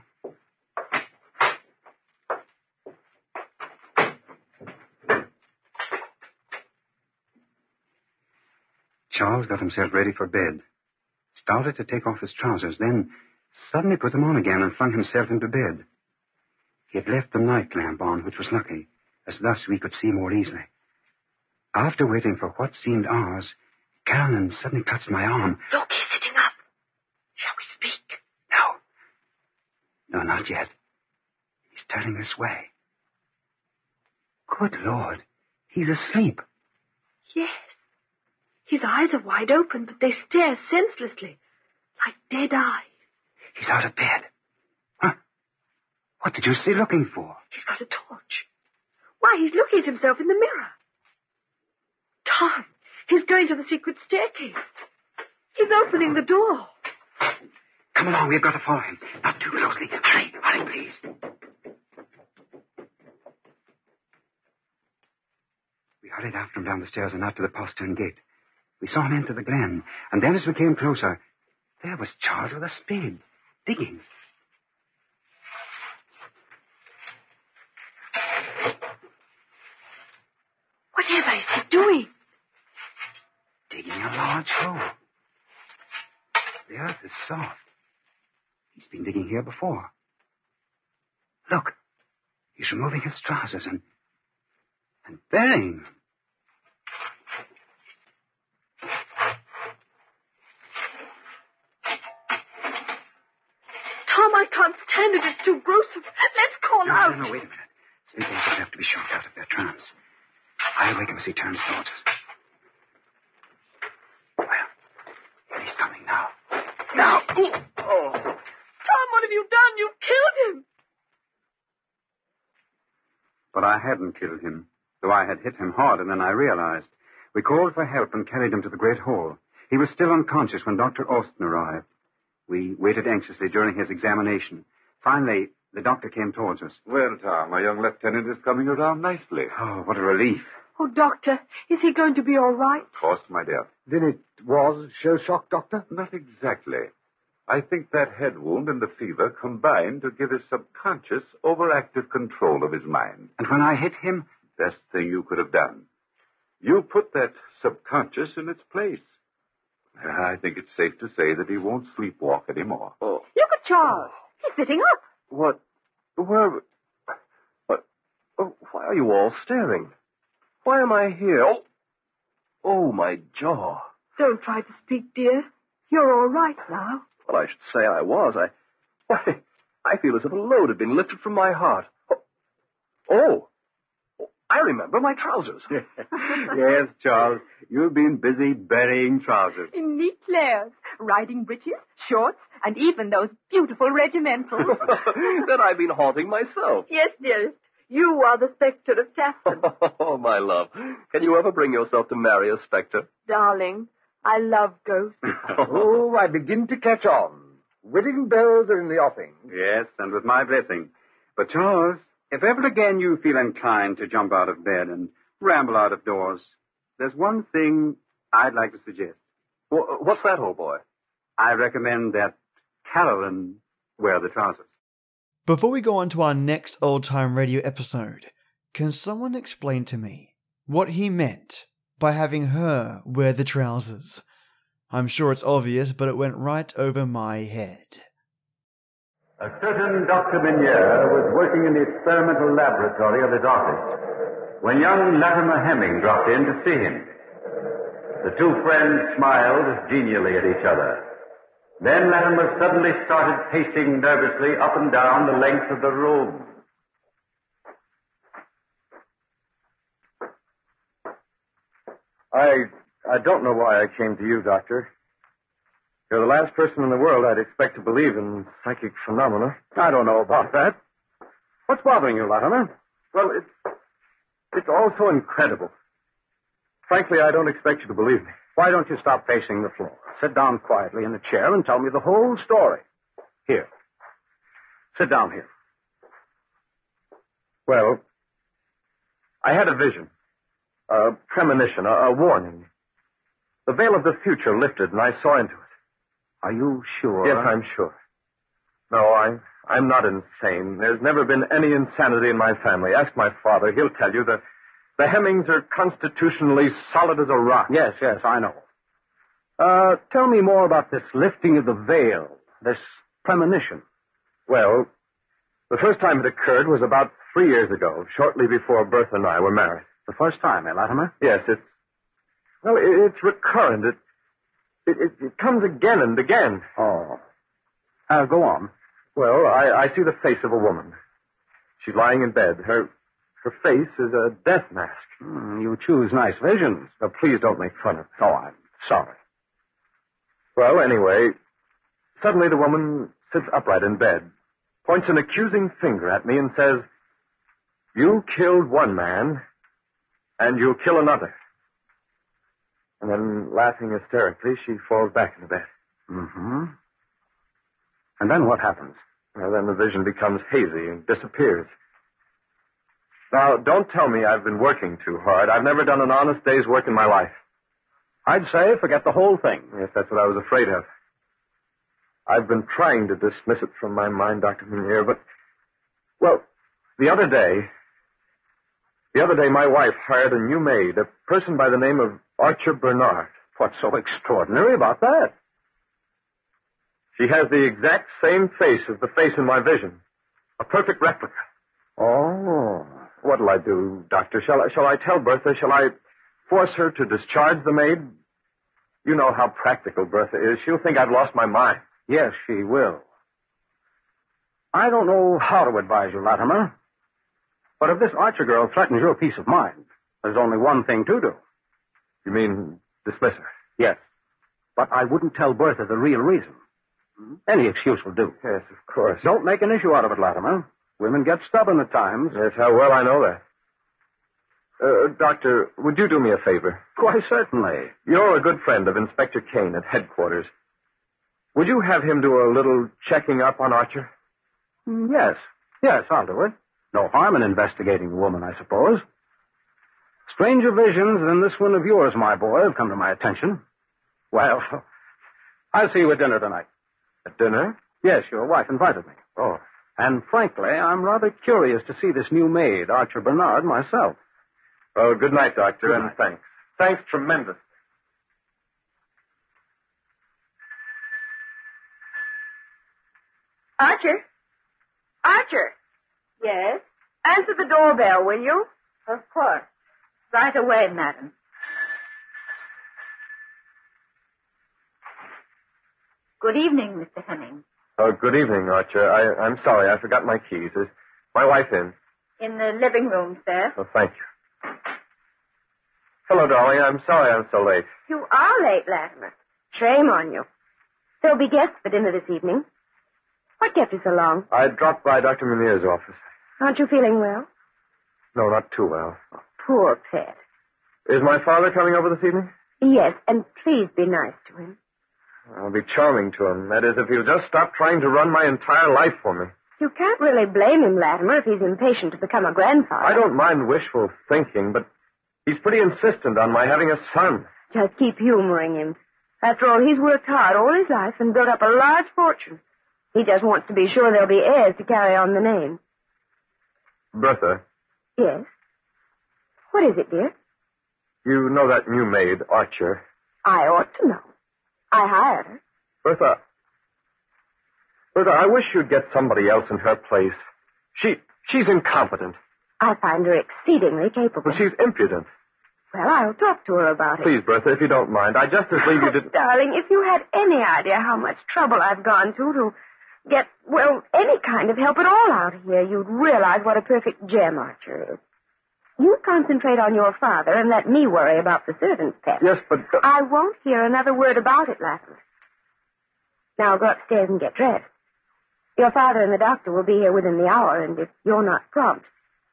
Speaker 4: Charles got himself ready for bed, started to take off his trousers, then suddenly put them on again and flung himself into bed. He had left the night lamp on, which was lucky, as thus we could see more easily. After waiting for what seemed hours, Carolyn suddenly touched my arm.
Speaker 9: Look, he's sitting up. Shall we speak?
Speaker 4: No, not yet. He's turning this way. Good Lord, he's asleep.
Speaker 9: Yes. His eyes are wide open, but they stare senselessly, like dead eyes.
Speaker 4: He's out of bed. Huh? What did you see looking for?
Speaker 9: He's got a torch. Why, he's looking at himself in the mirror. Tom, he's going to the secret staircase. He's opening the door.
Speaker 4: Come along, we've got to follow him. Not too closely. Hurry, hurry, please. We hurried after him down the stairs and out to the postern gate. We saw him enter the glen, and then as we came closer, there was Charles with a spade, digging.
Speaker 9: Whatever is he doing?
Speaker 4: digging a large hole. The earth is soft. He's been digging here before. Look, he's removing his trousers and and burying them.
Speaker 9: Tom, I can't stand it. It's too gruesome. Let's call
Speaker 4: No,
Speaker 9: out.
Speaker 4: no, no, wait a minute. Sleeping people have to be shocked out of their trance. I wake him as he turns towards us. Well, he's coming now. Now!
Speaker 9: Oh, Tom, what have you done? You've killed him.
Speaker 4: But I hadn't killed him, though I had hit him hard, and then I realized. We called for help and carried him to the great hall. He was still unconscious when Dr. Austin arrived. We waited anxiously during his examination. Finally, the doctor came towards us.
Speaker 6: Well, Tom, our young lieutenant is coming around nicely.
Speaker 4: Oh, what a relief.
Speaker 10: Oh, Doctor, is he going to be all right?
Speaker 6: Of course, my dear.
Speaker 7: Then it was shell shock, Doctor?
Speaker 6: Not exactly. I think that head wound and the fever combined to give his subconscious overactive control of his mind.
Speaker 4: And when I hit him,
Speaker 6: Best thing you could have done. You put that subconscious in its place. I think it's safe to say that he won't sleepwalk anymore.
Speaker 5: Oh,
Speaker 10: Look at Charles. He's sitting up.
Speaker 5: what? Where? What? Oh, why are you all staring? Why am I here? Oh, oh, my jaw.
Speaker 10: Don't try to speak, dear. You're all right now.
Speaker 5: Well, I should say I was. I, why, I feel as if a load had been lifted from my heart. Oh, oh I remember.
Speaker 7: remember my trousers.
Speaker 4: yes, Charles, you've been busy burying trousers.
Speaker 8: In neat layers, riding breeches, shorts, and even those beautiful regimentals.
Speaker 5: then I've been haunting myself.
Speaker 2: Yes, dearest. You are the spectre of Tapton.
Speaker 5: Oh, my love. Can you ever bring yourself to marry a spectre?
Speaker 2: Darling, I love ghosts.
Speaker 6: Oh, I begin to catch on. Wedding bells are in the offing.
Speaker 4: Yes, and with my blessing. But, Charles, if ever again you feel inclined to jump out of bed and ramble out of doors, there's one thing I'd like to suggest.
Speaker 5: Wha- What's that, old boy?
Speaker 4: I recommend that Carolyn wear the trousers.
Speaker 1: Before we go on to our next old time radio episode, can someone explain to me what he meant by having her wear the trousers? I'm sure it's obvious, but it went right over my head.
Speaker 3: A certain Dr. Minier was working in the experimental laboratory of his office when young Latimer Hemming dropped in to see him. The two friends smiled genially at each other. Then Latimer suddenly started pacing nervously up and down the length of the room.
Speaker 6: I I don't know why I came to you, Doctor. You're the last person in the world I'd expect to believe in psychic phenomena.
Speaker 4: I don't know about that. What's bothering you, Latimer?
Speaker 6: Well, it's it's all so incredible. Frankly, I don't expect you to believe me.
Speaker 4: Why don't you stop facing the floor? Sit down quietly in a chair and tell me the whole story. Here. Sit down here.
Speaker 6: Well, I had a vision, a premonition, a, a warning. The veil of the future lifted, and I saw into it.
Speaker 4: Are you sure?
Speaker 6: Yes, I'm sure. No, I, I'm not insane. There's never been any insanity in my family. Ask my father. He'll tell you the, the Hemmings are constitutionally solid as a rock.
Speaker 4: Yes, yes, I know. Uh, tell me more about this lifting of the veil, this premonition.
Speaker 6: Well, the first time it occurred was about three years ago, shortly before Bertha and I were married.
Speaker 4: The first time, eh, Latimer?
Speaker 6: Yes, it's, well, it, it's recurrent. It, it, it, it comes again and again.
Speaker 4: Oh. Uh, go on.
Speaker 6: Well, I, I see the face of a woman. She's lying in bed. Her her face is a death mask.
Speaker 4: Hmm, you choose nice visions.
Speaker 6: Now, please don't make fun of me.
Speaker 4: Oh, I'm sorry.
Speaker 6: Well, anyway, suddenly the woman sits upright in bed, points an accusing finger at me, and says, You killed one man, and you'll kill another. And then, laughing hysterically, she falls back into bed.
Speaker 4: Mm-hmm. And then what happens?
Speaker 6: Well, then the vision becomes hazy and disappears. Now, don't tell me I've been working too hard. I've never done an honest day's work in my life.
Speaker 4: I'd say forget the whole thing.
Speaker 6: Yes, that's what I was afraid of. I've been trying to dismiss it from my mind, Dr. Munier, but, well, the other day, the other day my wife hired a new maid, a person by the name of Archer Bernard.
Speaker 4: What's so extraordinary about that?
Speaker 6: She has the exact same face as the face in my vision. A perfect replica.
Speaker 4: Oh.
Speaker 6: What'll I do, Doctor? Shall I, shall I tell Bertha? Shall I force her to discharge the maid? You know how practical Bertha is. She'll think I've lost my mind.
Speaker 4: Yes, she will. I don't know how to advise you, Latimer. But if this Archer girl threatens your peace of mind, there's only one thing to do.
Speaker 6: You mean dismiss her?
Speaker 4: Yes. But I wouldn't tell Bertha the real reason. Any excuse will do.
Speaker 6: Hmm? Yes, of course.
Speaker 4: Don't make an issue out of it, Latimer. Women get stubborn at times.
Speaker 6: Yes, how well I know that. Uh, doctor, would you do me a favor?
Speaker 4: Why, certainly.
Speaker 6: You're a good friend of Inspector Kane at headquarters. Would you have him do a little checking up on Archer?
Speaker 4: Mm, Yes, yes, I'll do it. No harm in investigating a woman, I suppose. Stranger visions than this one of yours, my boy, have come to my attention. Well, I'll see you at dinner tonight.
Speaker 6: At dinner?
Speaker 4: Yes, your wife invited me.
Speaker 6: Oh.
Speaker 4: And frankly, I'm rather curious to see this new maid, Archer Bernard, myself.
Speaker 6: Well, Oh, good night, Doctor,
Speaker 4: Good
Speaker 6: and
Speaker 4: night.
Speaker 6: thanks. Thanks tremendous.
Speaker 8: Archer? Archer?
Speaker 2: Yes? Answer the doorbell, will you?
Speaker 8: Of course. Right away, madam. Good evening, Mr. Hemming.
Speaker 6: Oh, good evening, Archer. I, I'm sorry, I forgot my keys. Is my wife in?
Speaker 8: In the living room, sir.
Speaker 6: Oh, thank you. Hello, Dolly. I'm sorry I'm so late.
Speaker 8: You are late, Latimer. Shame on you. There'll be guests for dinner this evening. What kept you so long?
Speaker 6: I dropped by Dr. Meniere's office.
Speaker 8: Aren't you feeling well?
Speaker 6: No, not too well.
Speaker 8: Poor pet.
Speaker 6: Is my father coming over this evening?
Speaker 8: Yes, and please be nice to him.
Speaker 6: I'll be charming to him. That is, if he'll just stop trying to run my entire life for me.
Speaker 8: You can't really blame him, Latimer, if he's impatient to become a grandfather.
Speaker 6: I don't mind wishful thinking, but he's pretty insistent on my having a son.
Speaker 8: Just keep humoring him. After all, he's worked hard all his life and built up a large fortune. He just wants to be sure there'll be heirs to carry on the name.
Speaker 6: Bertha,
Speaker 8: Yes. What is it, dear?
Speaker 6: you know Oh, that new maid, Archer.
Speaker 8: I ought to know. I hired her.
Speaker 6: Bertha. Bertha, I wish you'd get somebody else in her place. She she's incompetent.
Speaker 8: I find her exceedingly capable.
Speaker 6: And she's impudent.
Speaker 8: Well, I'll talk to her about it.
Speaker 6: Please, Bertha, if you don't mind, I just as leave you didn't.
Speaker 8: Darling, if you had any idea how much trouble I've gone to to get, well, any kind of help at all out here, you'd realize what a perfect gem Archer is. You concentrate on your father and let me worry about the servants, Pet.
Speaker 6: Yes, but
Speaker 8: I won't hear another word about it, Latimer. Now go upstairs and get dressed. Your father and the doctor will be here within the hour, and if you're not prompt,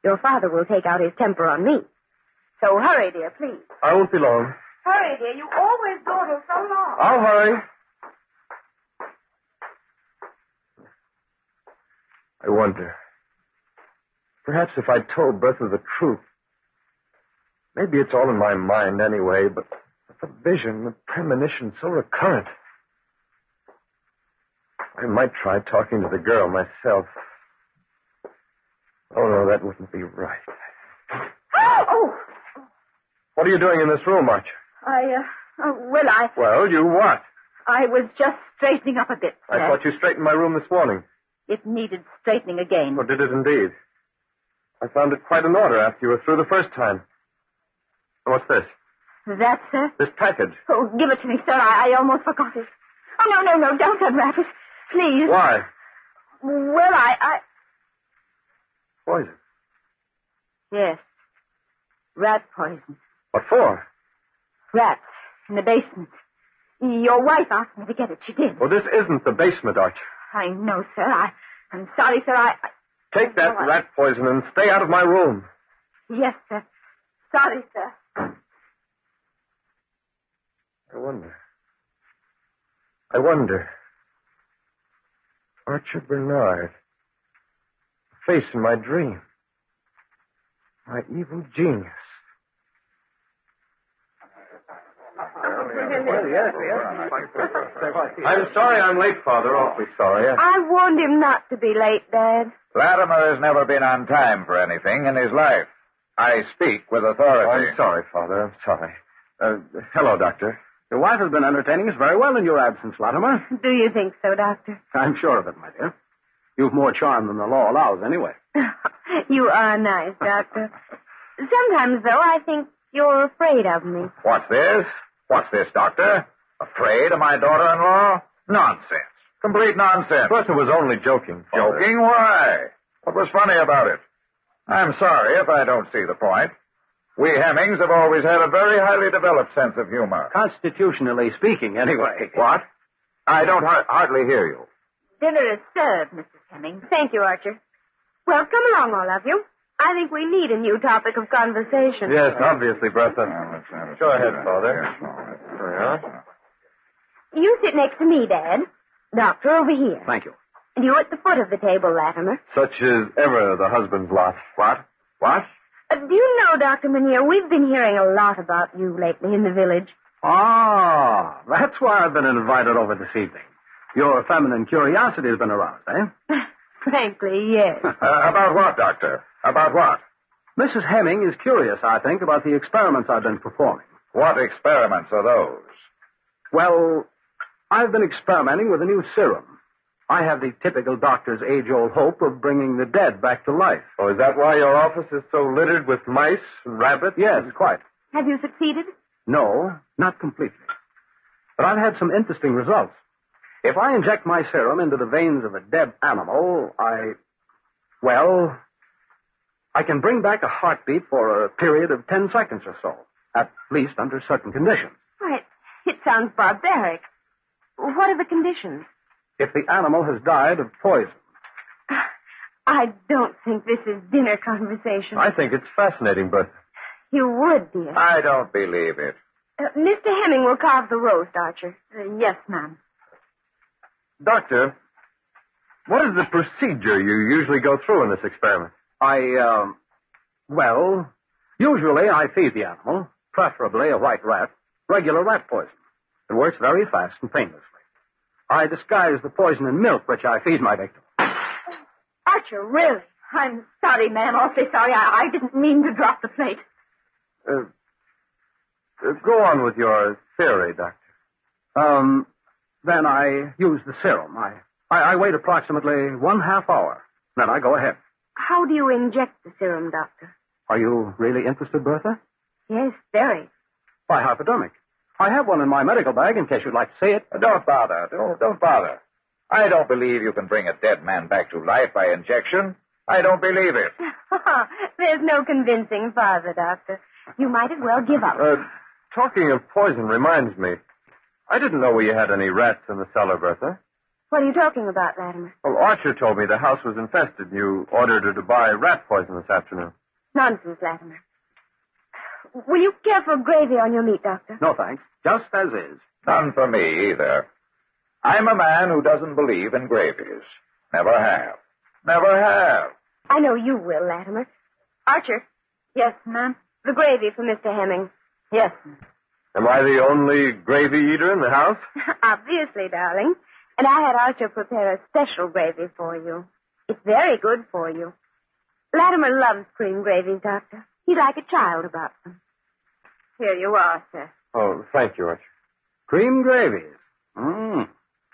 Speaker 8: your father will take out his temper on me. So hurry, dear, please.
Speaker 6: I won't be long.
Speaker 8: Hurry, dear. You always go till so long.
Speaker 6: I'll hurry. I wonder. Perhaps if I told Bertha the truth. Maybe it's all in my mind anyway, but the vision, the premonition, so recurrent. I might try talking to the girl myself. Oh, no, that wouldn't be right.
Speaker 8: Oh!
Speaker 6: What are you doing in this room, Archer?
Speaker 8: I, uh, oh, well, I,
Speaker 6: Well, you what?
Speaker 8: I was just straightening up a bit.
Speaker 6: I
Speaker 8: Pat.
Speaker 6: thought you straightened my room this morning.
Speaker 8: It needed straightening again.
Speaker 6: Oh, did it indeed? I found it quite an order after you were through the first time. What's this?
Speaker 8: That, sir?
Speaker 6: This package.
Speaker 8: Oh, give it to me, sir. I, I almost forgot it. Oh, no, no, no. Don't unwrap it. Please.
Speaker 6: Why?
Speaker 8: Well, I, I...
Speaker 6: Poison.
Speaker 8: Yes. Rat poison.
Speaker 6: What for?
Speaker 8: Rats. In the basement. Your wife asked me to get it. She did.
Speaker 6: Well, this isn't the basement, Archer.
Speaker 8: I know, sir. I, I'm sorry, sir. I, I...
Speaker 6: Take that
Speaker 8: No, I-
Speaker 6: rat poison and stay out of my room.
Speaker 8: Yes, sir. Sorry, sir.
Speaker 6: I wonder. I wonder. Archer Bernard. The face in my dream. My evil genius. I'm sorry I'm late, Father. Awfully sorry.
Speaker 8: I warned him not to be late, Dad.
Speaker 11: Latimer has never been on time for anything in his life. I speak with authority.
Speaker 6: I'm sorry, Father. I'm sorry. Uh, hello, Doctor.
Speaker 4: Your wife has been entertaining us very well in your absence, Latimer.
Speaker 8: Do you think so, Doctor?
Speaker 4: I'm sure of it, my dear. You've more charm than the law allows, anyway.
Speaker 8: you are nice, Doctor. Sometimes, though, I think you're afraid of me.
Speaker 11: What's this? What's this, Doctor? Afraid of my daughter-in-law? Nonsense. Complete nonsense.
Speaker 6: Bertha was only joking. Father.
Speaker 11: Joking? Why? What was funny about it? I'm sorry if I don't see the point. We Hemmings have always had a very highly developed sense of humor.
Speaker 4: Constitutionally speaking, anyway.
Speaker 11: What? I don't har- hardly hear you.
Speaker 8: Dinner is served, Mrs. Hemming. Thank you, Archer. Well, come along, all of you. I think we need a new topic of conversation.
Speaker 6: Yes, obviously, Bertha. Go ahead, Father.
Speaker 8: You sit next to me, Dad. Doctor, over here.
Speaker 4: Thank you.
Speaker 8: And you at the foot of the table, Latimer.
Speaker 6: Such is ever the husband's lot. What? What?
Speaker 8: Uh, do you know, Dr. Menier, we've been hearing a lot about you lately in the village.
Speaker 4: Ah, that's why I've been invited over this evening. Your feminine curiosity has been aroused, eh?
Speaker 8: Frankly, yes.
Speaker 11: Uh, about what, Doctor? About what?
Speaker 4: Mrs. Hemming is curious, I think, about the experiments I've been performing.
Speaker 11: What experiments are those?
Speaker 4: Well, I've been experimenting with a new serum. I have the typical doctor's age old hope of bringing the dead back to life.
Speaker 6: Oh, is that why your office is so littered with mice and rabbits?
Speaker 4: Yes, quite.
Speaker 8: Have you succeeded?
Speaker 4: No, not completely. But I've had some interesting results. If I inject my serum into the veins of a dead animal, I. Well, I can bring back a heartbeat for a period of 10 seconds or so. At least under certain conditions.
Speaker 8: Why, it, it sounds barbaric. What are the conditions?
Speaker 4: If the animal has died of poison.
Speaker 8: I don't think this is dinner conversation.
Speaker 6: I think it's fascinating, but
Speaker 8: You would, dear.
Speaker 11: I don't believe it.
Speaker 8: Uh, Mr. Hemming will carve the roast, Archer.
Speaker 2: yes, ma'am.
Speaker 6: Doctor, what is the procedure you usually go through in this experiment?
Speaker 4: I, um, well, usually I feed the animal, preferably a white rat, regular rat poison. It works very fast and painlessly. I disguise the poison in milk which I feed my victim.
Speaker 8: Archer, really? I'm sorry, ma'am. Awfully sorry. I, I didn't mean to drop the plate.
Speaker 6: Uh, uh, go on with your theory, Doctor.
Speaker 4: Um, then I use the serum. I, I, I wait approximately one half hour. Then I go ahead.
Speaker 8: How do you inject the serum, Doctor?
Speaker 4: Are you really interested, Bertha?
Speaker 8: Yes, very.
Speaker 4: By hypodermic. I have one in my medical bag in case you'd like to see it.
Speaker 11: Don't bother. Don't, don't bother. I don't believe you can bring a dead man back to life by injection. I don't believe it.
Speaker 8: There's no convincing Father, Doctor. You might as well give up.
Speaker 6: Uh, talking of poison reminds me. I didn't know we had any rats in the cellar, Bertha.
Speaker 8: What are you talking about, Latimer?
Speaker 6: Well, Archer told me the house was infested. You ordered her to buy rat poison this afternoon.
Speaker 8: Nonsense, Latimer. Will you care for gravy on your meat, Doctor?
Speaker 4: No thanks. Just as is.
Speaker 11: None for me either. I'm a man who doesn't believe in gravies. Never have. Never have.
Speaker 8: I know you will, Latimer. Archer. Yes, ma'am. The gravy for Mr. Hemming. Yes.
Speaker 6: Am I the only gravy eater in the house?
Speaker 8: Obviously, darling. And I had Archer prepare a special gravy for you. It's very good for you. Latimer loves cream gravies, Doctor. He's like a child about them. Here you are, sir.
Speaker 6: Oh, thank you, Archer.
Speaker 4: Cream gravies. Mm.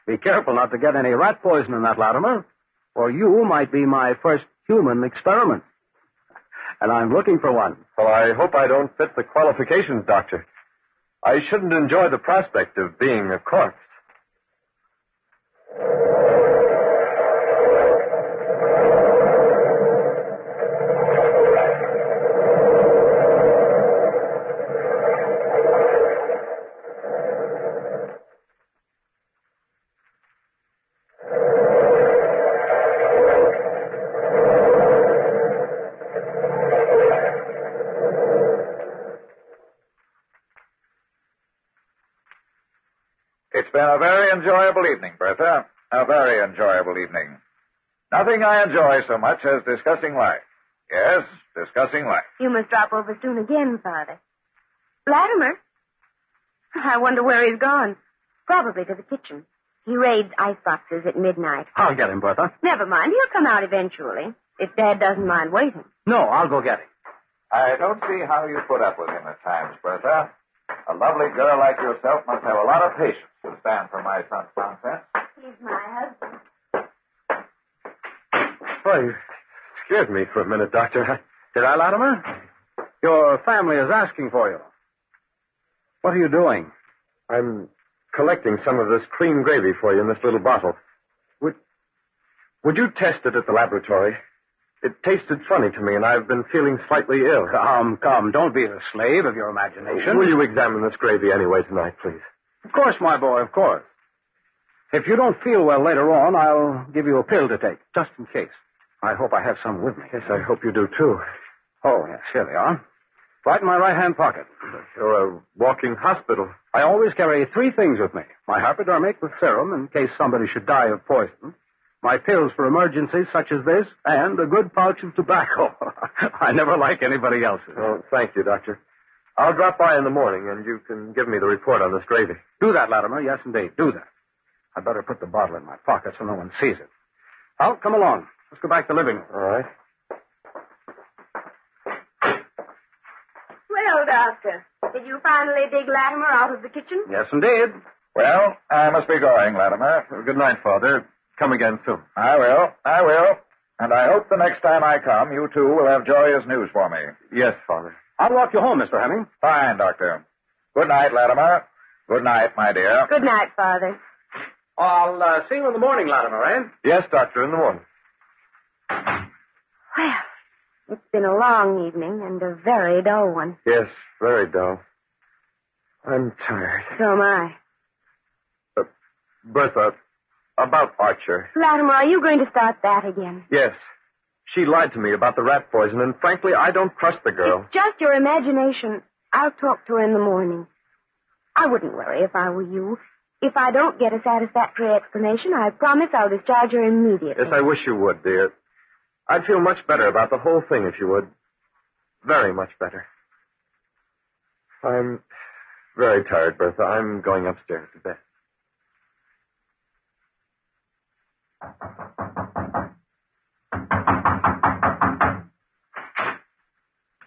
Speaker 4: Be careful not to get any rat poison in that, Latimer, or you might be my first human experiment. And I'm looking for one.
Speaker 6: Well, I hope I don't fit the qualifications, Doctor. I shouldn't enjoy the prospect of being a corpse.
Speaker 11: It's been a very enjoyable evening, Bertha. A very enjoyable evening. Nothing I enjoy so much as discussing life. Yes, discussing life.
Speaker 8: You must drop over soon again, Father. Latimer? I wonder where he's gone. Probably to the kitchen. He raids ice boxes at midnight.
Speaker 4: I'll get him, Bertha.
Speaker 8: Never mind, he'll come out eventually, if Dad doesn't mind waiting.
Speaker 4: No, I'll go get him.
Speaker 11: I don't see how you put up with him at times, Bertha. A lovely girl like yourself must have a lot of patience to stand for my son's nonsense.
Speaker 8: He's my husband.
Speaker 6: Well, you scared me for a minute, Doctor. Did I, Latimer?
Speaker 4: Your family is asking for you. What are you doing?
Speaker 6: I'm collecting some of this cream gravy for you in this little bottle. Would, would you test it at the laboratory? It tasted funny to me, and I've been feeling slightly ill.
Speaker 4: Come, come, don't be a slave of your imagination.
Speaker 6: Will you examine this gravy anyway tonight, please?
Speaker 4: Of course, my boy, of course. If you don't feel well later on, I'll give you a pill to take, just in case. I hope I have some with me.
Speaker 6: Yes, I hope you do, too.
Speaker 4: Oh, yes, here they are. Right in my right hand pocket.
Speaker 6: You're a walking hospital.
Speaker 4: I always carry three things with me my hypodermic with serum in case somebody should die of poison, my pills for emergencies such as this, and a good pouch of tobacco. I never like anybody else's.
Speaker 6: Oh, thank you, Doctor. I'll drop by in the morning, and you can give me the report on this gravy.
Speaker 4: Do that, Latimer. Yes, indeed. Do that. I'd better put the bottle in my pocket so no one sees it. Al, come along. Let's go back to the living room.
Speaker 6: All right.
Speaker 8: Well, Doctor, did you finally dig Latimer out of the kitchen?
Speaker 4: Yes, indeed.
Speaker 11: Well, I must be going, Latimer.
Speaker 6: Good night, Father. Come again soon.
Speaker 11: I will. I will. And I hope the next time I come, you two will have joyous news for me.
Speaker 6: Yes, Father.
Speaker 4: I'll walk you home, Mr. Hemming.
Speaker 11: Fine, Doctor. Good night, Latimer. Good night, my dear.
Speaker 8: Good night, Father.
Speaker 4: I'll uh, see you in the morning, Latimer, eh?
Speaker 6: Yes, Doctor, in the morning.
Speaker 8: Well, it's been a long evening and a very dull one.
Speaker 6: Yes, very dull.
Speaker 12: I'm tired.
Speaker 8: So am I.
Speaker 11: Uh,
Speaker 12: Bertha, about Archer.
Speaker 8: Latimer, are you going to start that again?
Speaker 12: Yes. She lied to me about the rat poison, and frankly, I don't trust the girl.
Speaker 8: It's just your imagination. I'll talk to her in the morning. I wouldn't worry if I were you. If I don't get a satisfactory explanation, I promise I'll discharge her immediately.
Speaker 12: Yes, I wish you would, dear. I'd feel much better about the whole thing if you would. Very much better. I'm very tired, Bertha. I'm going upstairs to bed.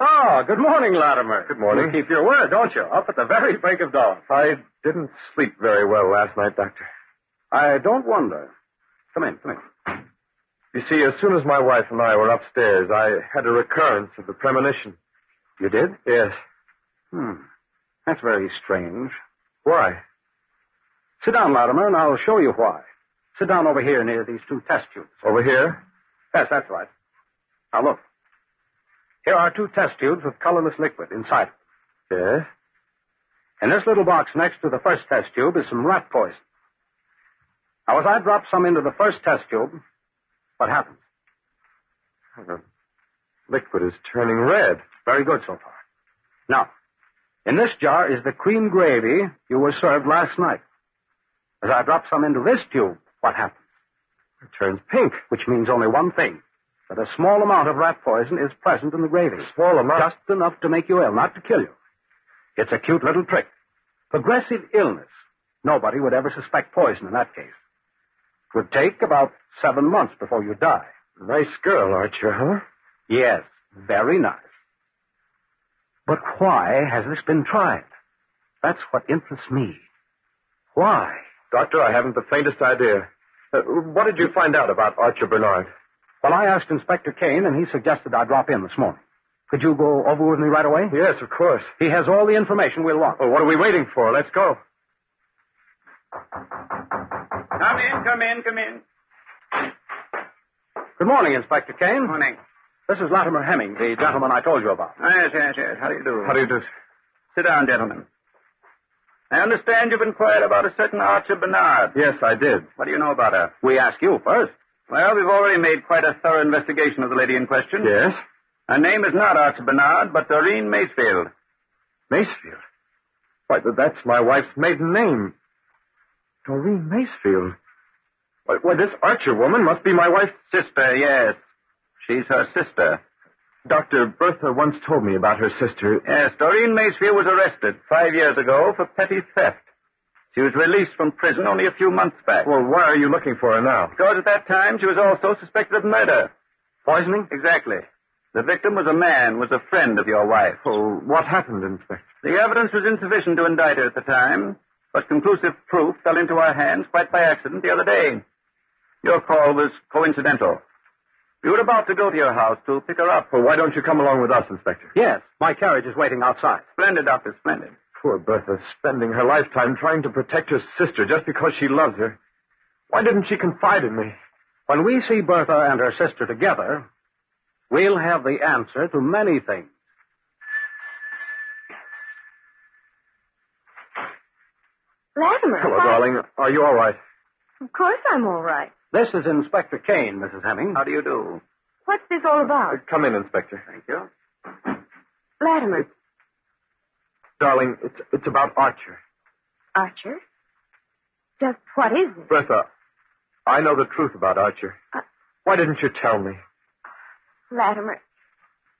Speaker 4: Oh, good morning, Latimer.
Speaker 12: Good morning.
Speaker 4: You keep your word, don't you? Up at the very break of dawn.
Speaker 12: I didn't sleep very well last night, Doctor.
Speaker 4: I don't wonder. Come in, come in.
Speaker 12: You see, as soon as my wife and I were upstairs, I had a recurrence of the premonition.
Speaker 4: You did?
Speaker 12: Yes.
Speaker 4: Hmm. That's very strange.
Speaker 12: Why?
Speaker 4: Sit down, Latimer, and I'll show you why. Sit down over here near these two test tubes.
Speaker 12: Over here?
Speaker 4: Yes, that's right. Now look. Here are two test tubes with colorless liquid inside.
Speaker 12: Yes.
Speaker 4: In this little box next to the first test tube is some rat poison. Now, as I drop some into the first test tube, what happens?
Speaker 12: The liquid is turning red.
Speaker 4: Very good so far. Now, in this jar is the cream gravy you were served last night. As I drop some into this tube, what happens?
Speaker 12: It turns pink.
Speaker 4: Which means only one thing. That a small amount of rat poison is present in the gravy.
Speaker 12: Small amount.
Speaker 4: Just enough to make you ill, not to kill you. It's a cute little trick. Progressive illness. Nobody would ever suspect poison in that case. It would take about seven months before you die.
Speaker 12: Nice girl, Archer, huh?
Speaker 4: Yes, very nice. But why has this been tried? That's what interests me. Why?
Speaker 12: Doctor, I haven't the faintest idea. Uh, what did you find out about Archer Bernard?
Speaker 4: Well, I asked Inspector Kane, and he suggested I drop in this morning. Could you go over with me right away?
Speaker 12: Yes, of course.
Speaker 4: He has all the information we'll want.
Speaker 12: Well, what are we waiting for? Let's go.
Speaker 6: Come in, come in, come in.
Speaker 4: Good morning, Inspector Kane.
Speaker 6: Morning.
Speaker 4: This is Latimer Hemming, the gentleman I told you about.
Speaker 6: Ah, Yes, yes, yes. How do you do?
Speaker 12: How do you do?
Speaker 6: Sit down, gentlemen. I understand you've inquired about a certain Archer Bernard.
Speaker 12: Yes, I did.
Speaker 6: What do you know about her?
Speaker 4: We ask you first.
Speaker 6: Well, we've already made quite a thorough investigation of the lady in question.
Speaker 12: Yes?
Speaker 6: Her name is not Archer Bernard, but Doreen Macefield.
Speaker 12: Macefield. Why, th- that's my wife's maiden name. Doreen Macefield. Why, why, this Archer woman must be my wife's
Speaker 6: Sister, yes. She's her sister.
Speaker 12: Dr. Bertha once told me about her sister.
Speaker 6: Yes, Doreen Macefield was arrested five years ago for petty theft. She was released from prison only a few months back.
Speaker 12: Well, why are you looking for her now?
Speaker 6: Because at that time she was also suspected of murder.
Speaker 12: Poisoning?
Speaker 6: Exactly. The victim was a man, was a friend of your wife.
Speaker 12: Well, what happened, Inspector?
Speaker 6: The evidence was insufficient to indict her at the time, but conclusive proof fell into our hands quite by accident the other day. Your call was coincidental. We were about to go to your house to pick her up.
Speaker 12: Well, why don't you come along with us, Inspector?
Speaker 4: Yes, my carriage is waiting outside.
Speaker 6: Splendid, Doctor, splendid.
Speaker 12: Poor Bertha, spending her lifetime trying to protect her sister just because she loves her. Why didn't she confide in me?
Speaker 4: When we see Bertha and her sister together, we'll have the answer to many things.
Speaker 8: Latimer.
Speaker 12: Hello,
Speaker 8: why-
Speaker 12: darling. Are you all right?
Speaker 8: Of course I'm all right.
Speaker 4: This is Inspector Kane, Mrs. Hemming.
Speaker 6: How do you do?
Speaker 8: What's this all
Speaker 12: Uh,
Speaker 8: about?
Speaker 12: Come in, Inspector.
Speaker 6: Thank you.
Speaker 8: Latimer.
Speaker 12: Darling, it's, it's about Archer.
Speaker 8: Archer? Just what is it?
Speaker 12: Bertha, I know the truth about Archer.
Speaker 8: Uh,
Speaker 12: Why didn't you tell me?
Speaker 8: Latimer.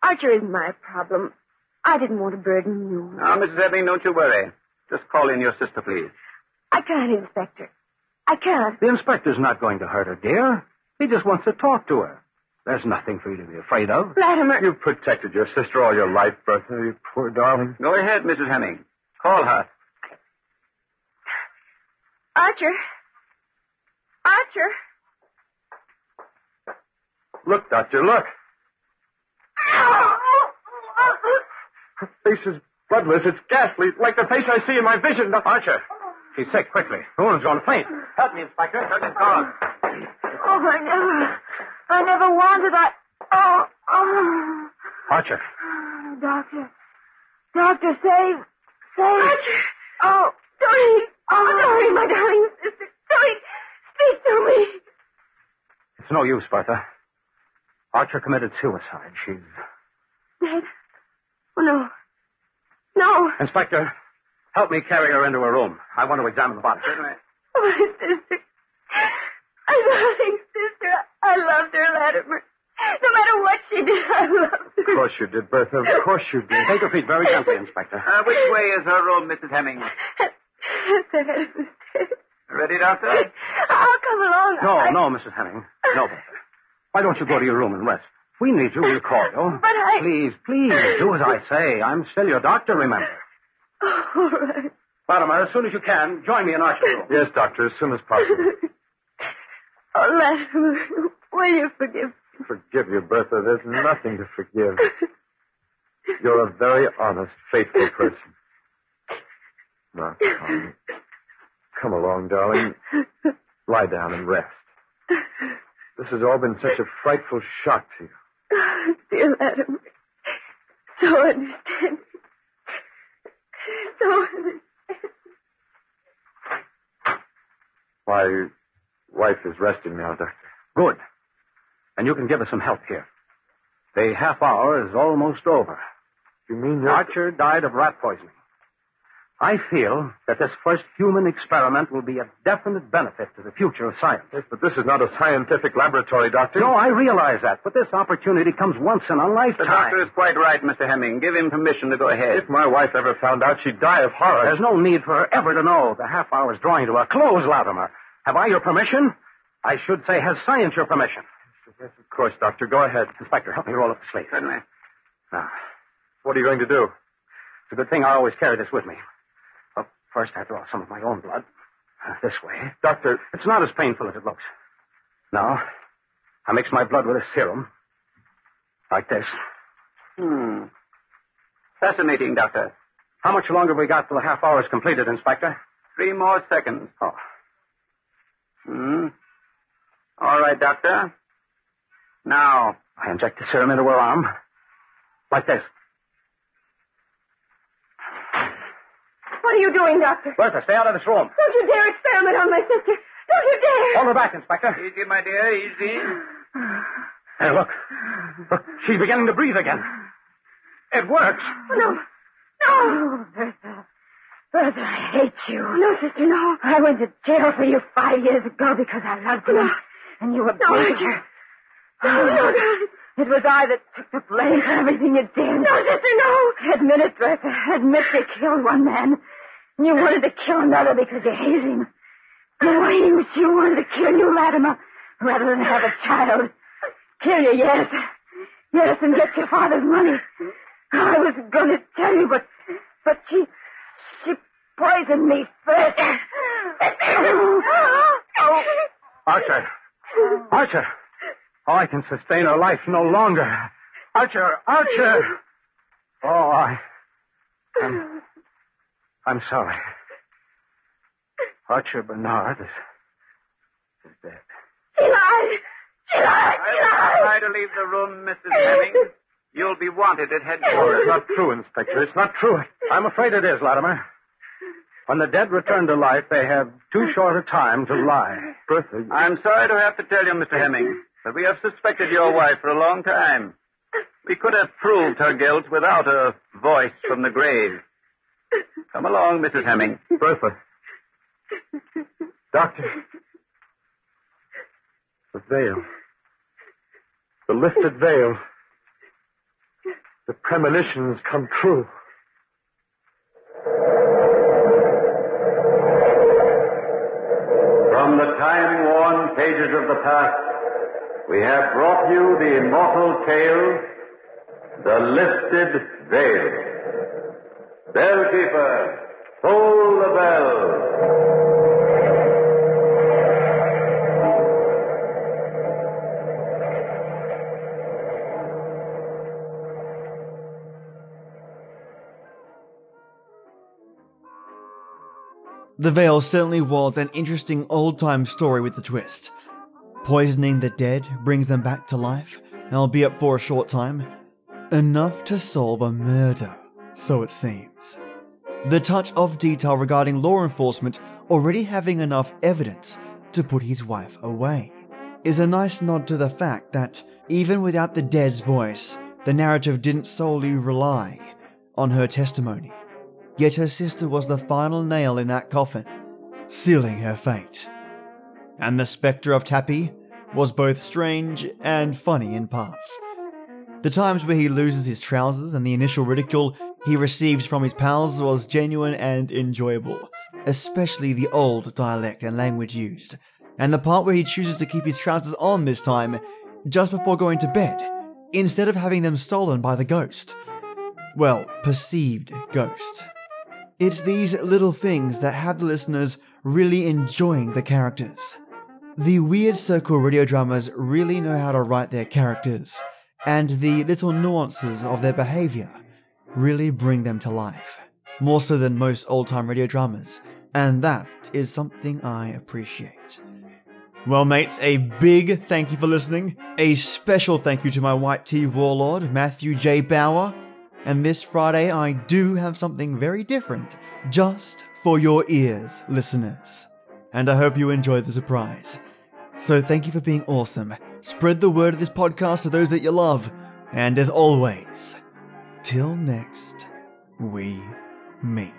Speaker 8: Archer isn't my problem. I didn't want to burden you.
Speaker 6: Now, Mrs. Ebbing, Ah, don't you worry. Just call in your sister, please.
Speaker 8: I can't, Inspector. I can't.
Speaker 4: The inspector's not going to hurt her, dear. He just wants to talk to her. There's nothing for you to be afraid of.
Speaker 8: Latimer.
Speaker 12: You've protected your sister all your life, Bertha, you poor darling.
Speaker 6: Go ahead, Mrs. Hemming. Call her.
Speaker 8: Archer. Archer.
Speaker 12: Look, Doctor, look. Her face is bloodless. It's ghastly, like the face I see in my vision. Doc- Archer.
Speaker 4: She's sick, quickly. The woman's going to faint.
Speaker 6: Help me, Inspector. Sergeant Collins.
Speaker 8: Oh, I never. I never wanted. I. Oh, oh.
Speaker 4: Archer.
Speaker 8: Doctor. Doctor, save. Save. Archer.
Speaker 9: Oh, Doreen! Oh, Doreen, my darling sister. Doreen, speak to me.
Speaker 4: It's no use, Bertha. Archer committed suicide. She's.
Speaker 9: Dead. Oh, no. No.
Speaker 4: Inspector, help me carry her into her room. I want to examine the body.
Speaker 9: Oh, my sister. My darling sister. I loved her, Latimer. No matter what she did, I loved
Speaker 13: Of course you did, Bertha. Of course you did.
Speaker 4: Take her feet very gently, Inspector.
Speaker 6: Uh, which way is her room, Mrs. Hemming?
Speaker 9: her.
Speaker 6: Ready, Doctor?
Speaker 9: I'll come along.
Speaker 4: No,
Speaker 9: I-
Speaker 4: no, Mrs. Hemming. No, Bertha. Why don't you go to your room and rest? We need you. We'll call you.
Speaker 9: But I-
Speaker 4: Please, please, do as I say. I'm still your doctor, remember.
Speaker 9: All right.
Speaker 4: Latimer, as soon as you can, join me in Archer's room.
Speaker 13: Yes, Doctor, as soon as possible.
Speaker 9: Oh, Latimer, will you forgive
Speaker 13: forgive you, Bertha. There's nothing to forgive. You're a very honest, faithful person. Now, come. Come along, darling. Lie down and rest. This has all been such a frightful shock to you.
Speaker 9: Oh, dear Latimer. So understanding. So understanding.
Speaker 13: My wife is resting now, Doctor.
Speaker 4: Good. And you can give us some help here. The half hour is almost over.
Speaker 13: You mean
Speaker 4: Archer died of rat poisoning. I feel that this first human experiment will be a definite benefit to the future of science.
Speaker 13: Yes, but this is not a scientific laboratory, Doctor.
Speaker 4: No, I realize that, but this opportunity comes once in a
Speaker 6: The
Speaker 4: lifetime.
Speaker 6: doctor is quite right, Mr. Hemming. Give him permission to go ahead.
Speaker 13: If my wife ever found out, she'd die of horror.
Speaker 4: There's no need for her ever to know. The half hour's drawing to a close, Latimer. Have I your permission? I should say, has science your permission?
Speaker 13: Yes, of course, Doctor. Go ahead.
Speaker 4: Inspector, help me roll up the Ah. sleeve.
Speaker 6: Certainly.
Speaker 4: Now,
Speaker 13: What are you going to do?
Speaker 4: It's a good thing I always carry this with me. Well, first I draw some of my own blood. Uh, this way.
Speaker 13: Doctor,
Speaker 4: It's not as painful as it looks. Now, I mix my blood with a serum. Like this.
Speaker 6: Hmm. Fascinating, Doctor.
Speaker 4: How much longer have we got till the half hour is completed, Inspector?
Speaker 6: Three more seconds.
Speaker 4: Oh,
Speaker 6: Hmm. All right, Doctor. Now,
Speaker 4: I inject the serum into her arm. Like this.
Speaker 9: What are you doing, Doctor?
Speaker 4: Bertha, stay out of this room.
Speaker 9: Don't you dare experiment on my sister. Don't you dare.
Speaker 4: Hold her back, Inspector.
Speaker 6: easy, my dear, easy.
Speaker 9: Oh,
Speaker 8: Oh,
Speaker 4: Hey, look. Look, she's beginning to breathe again. It works.
Speaker 9: No. No.
Speaker 8: Bertha. Bertha, I hate you.
Speaker 9: No, sister, no.
Speaker 8: I went to jail for you five years ago because I loved you.
Speaker 9: No.
Speaker 8: And you were
Speaker 9: No, I
Speaker 8: her. Oh, It was I that took the blame for everything you did.
Speaker 9: No, sister, no.
Speaker 8: Admit it, Bertha. Admit you killed one man. And you wanted to kill another because you hate him. No, he was you wanted to kill you, Latimer, rather than have a child. Kill you, yes. Yes, and get your father's money. I was going to tell you, but but she she poisoned me first.
Speaker 9: Oh.
Speaker 4: Archer. Archer. Oh, I can sustain her life no longer. Archer, Archer. Oh, I. I'm, I'm sorry. Archer Bernard is, is dead.
Speaker 9: She lied. She lied. She
Speaker 6: I will
Speaker 9: lied.
Speaker 6: try to leave the room, Mrs. Hemming. You'll be wanted at
Speaker 13: Oh,
Speaker 6: headquarters.
Speaker 13: it's not true, Inspector. It's not true.
Speaker 4: I'm afraid it is, Latimer. When the dead return to life, they have too short a time to lie.
Speaker 13: Bertha, you-
Speaker 6: I'm sorry to have to tell you, Mr. Hemming, that we have suspected your wife for a long time. We could have proved her guilt without a voice from the grave. Come along, Mrs. Hemming.
Speaker 13: Bertha. Doctor. The veil. The lifted veil. The premonitions come true.
Speaker 14: From the time worn pages of the past, we have brought you the immortal tale, The Lifted Veil. Bellkeeper, toll the bell.
Speaker 1: The Veil certainly was an interesting old time story with a twist. Poisoning the dead brings them back to life, albeit for a short time. Enough to solve a murder, so it seems. The touch of detail regarding law enforcement already having enough evidence to put his wife away is a nice nod to the fact that even without the dead's voice, the narrative didn't solely rely on her testimony. Yet her sister was the final nail in that coffin, sealing her fate. And the spectre of Tappy was both strange and funny in parts. The times where he loses his trousers and the initial ridicule he receives from his pals was genuine and enjoyable, especially the old dialect and language used. And the part where he chooses to keep his trousers on this time, just before going to bed, instead of having them stolen by the ghost. Well, perceived ghost. It's these little things that have the listeners really enjoying the characters. The Weird Circle radio dramas really know how to write their characters, and the little nuances of their behavior really bring them to life, more so than most old time radio dramas, and that is something I appreciate. Well, mates, a big thank you for listening. A special thank you to my white tea warlord, Matthew J. Bauer. And this Friday, I do have something very different just for your ears, listeners. And I hope you enjoy the surprise. So thank you for being awesome. Spread the word of this podcast to those that you love. And as always, till next we meet.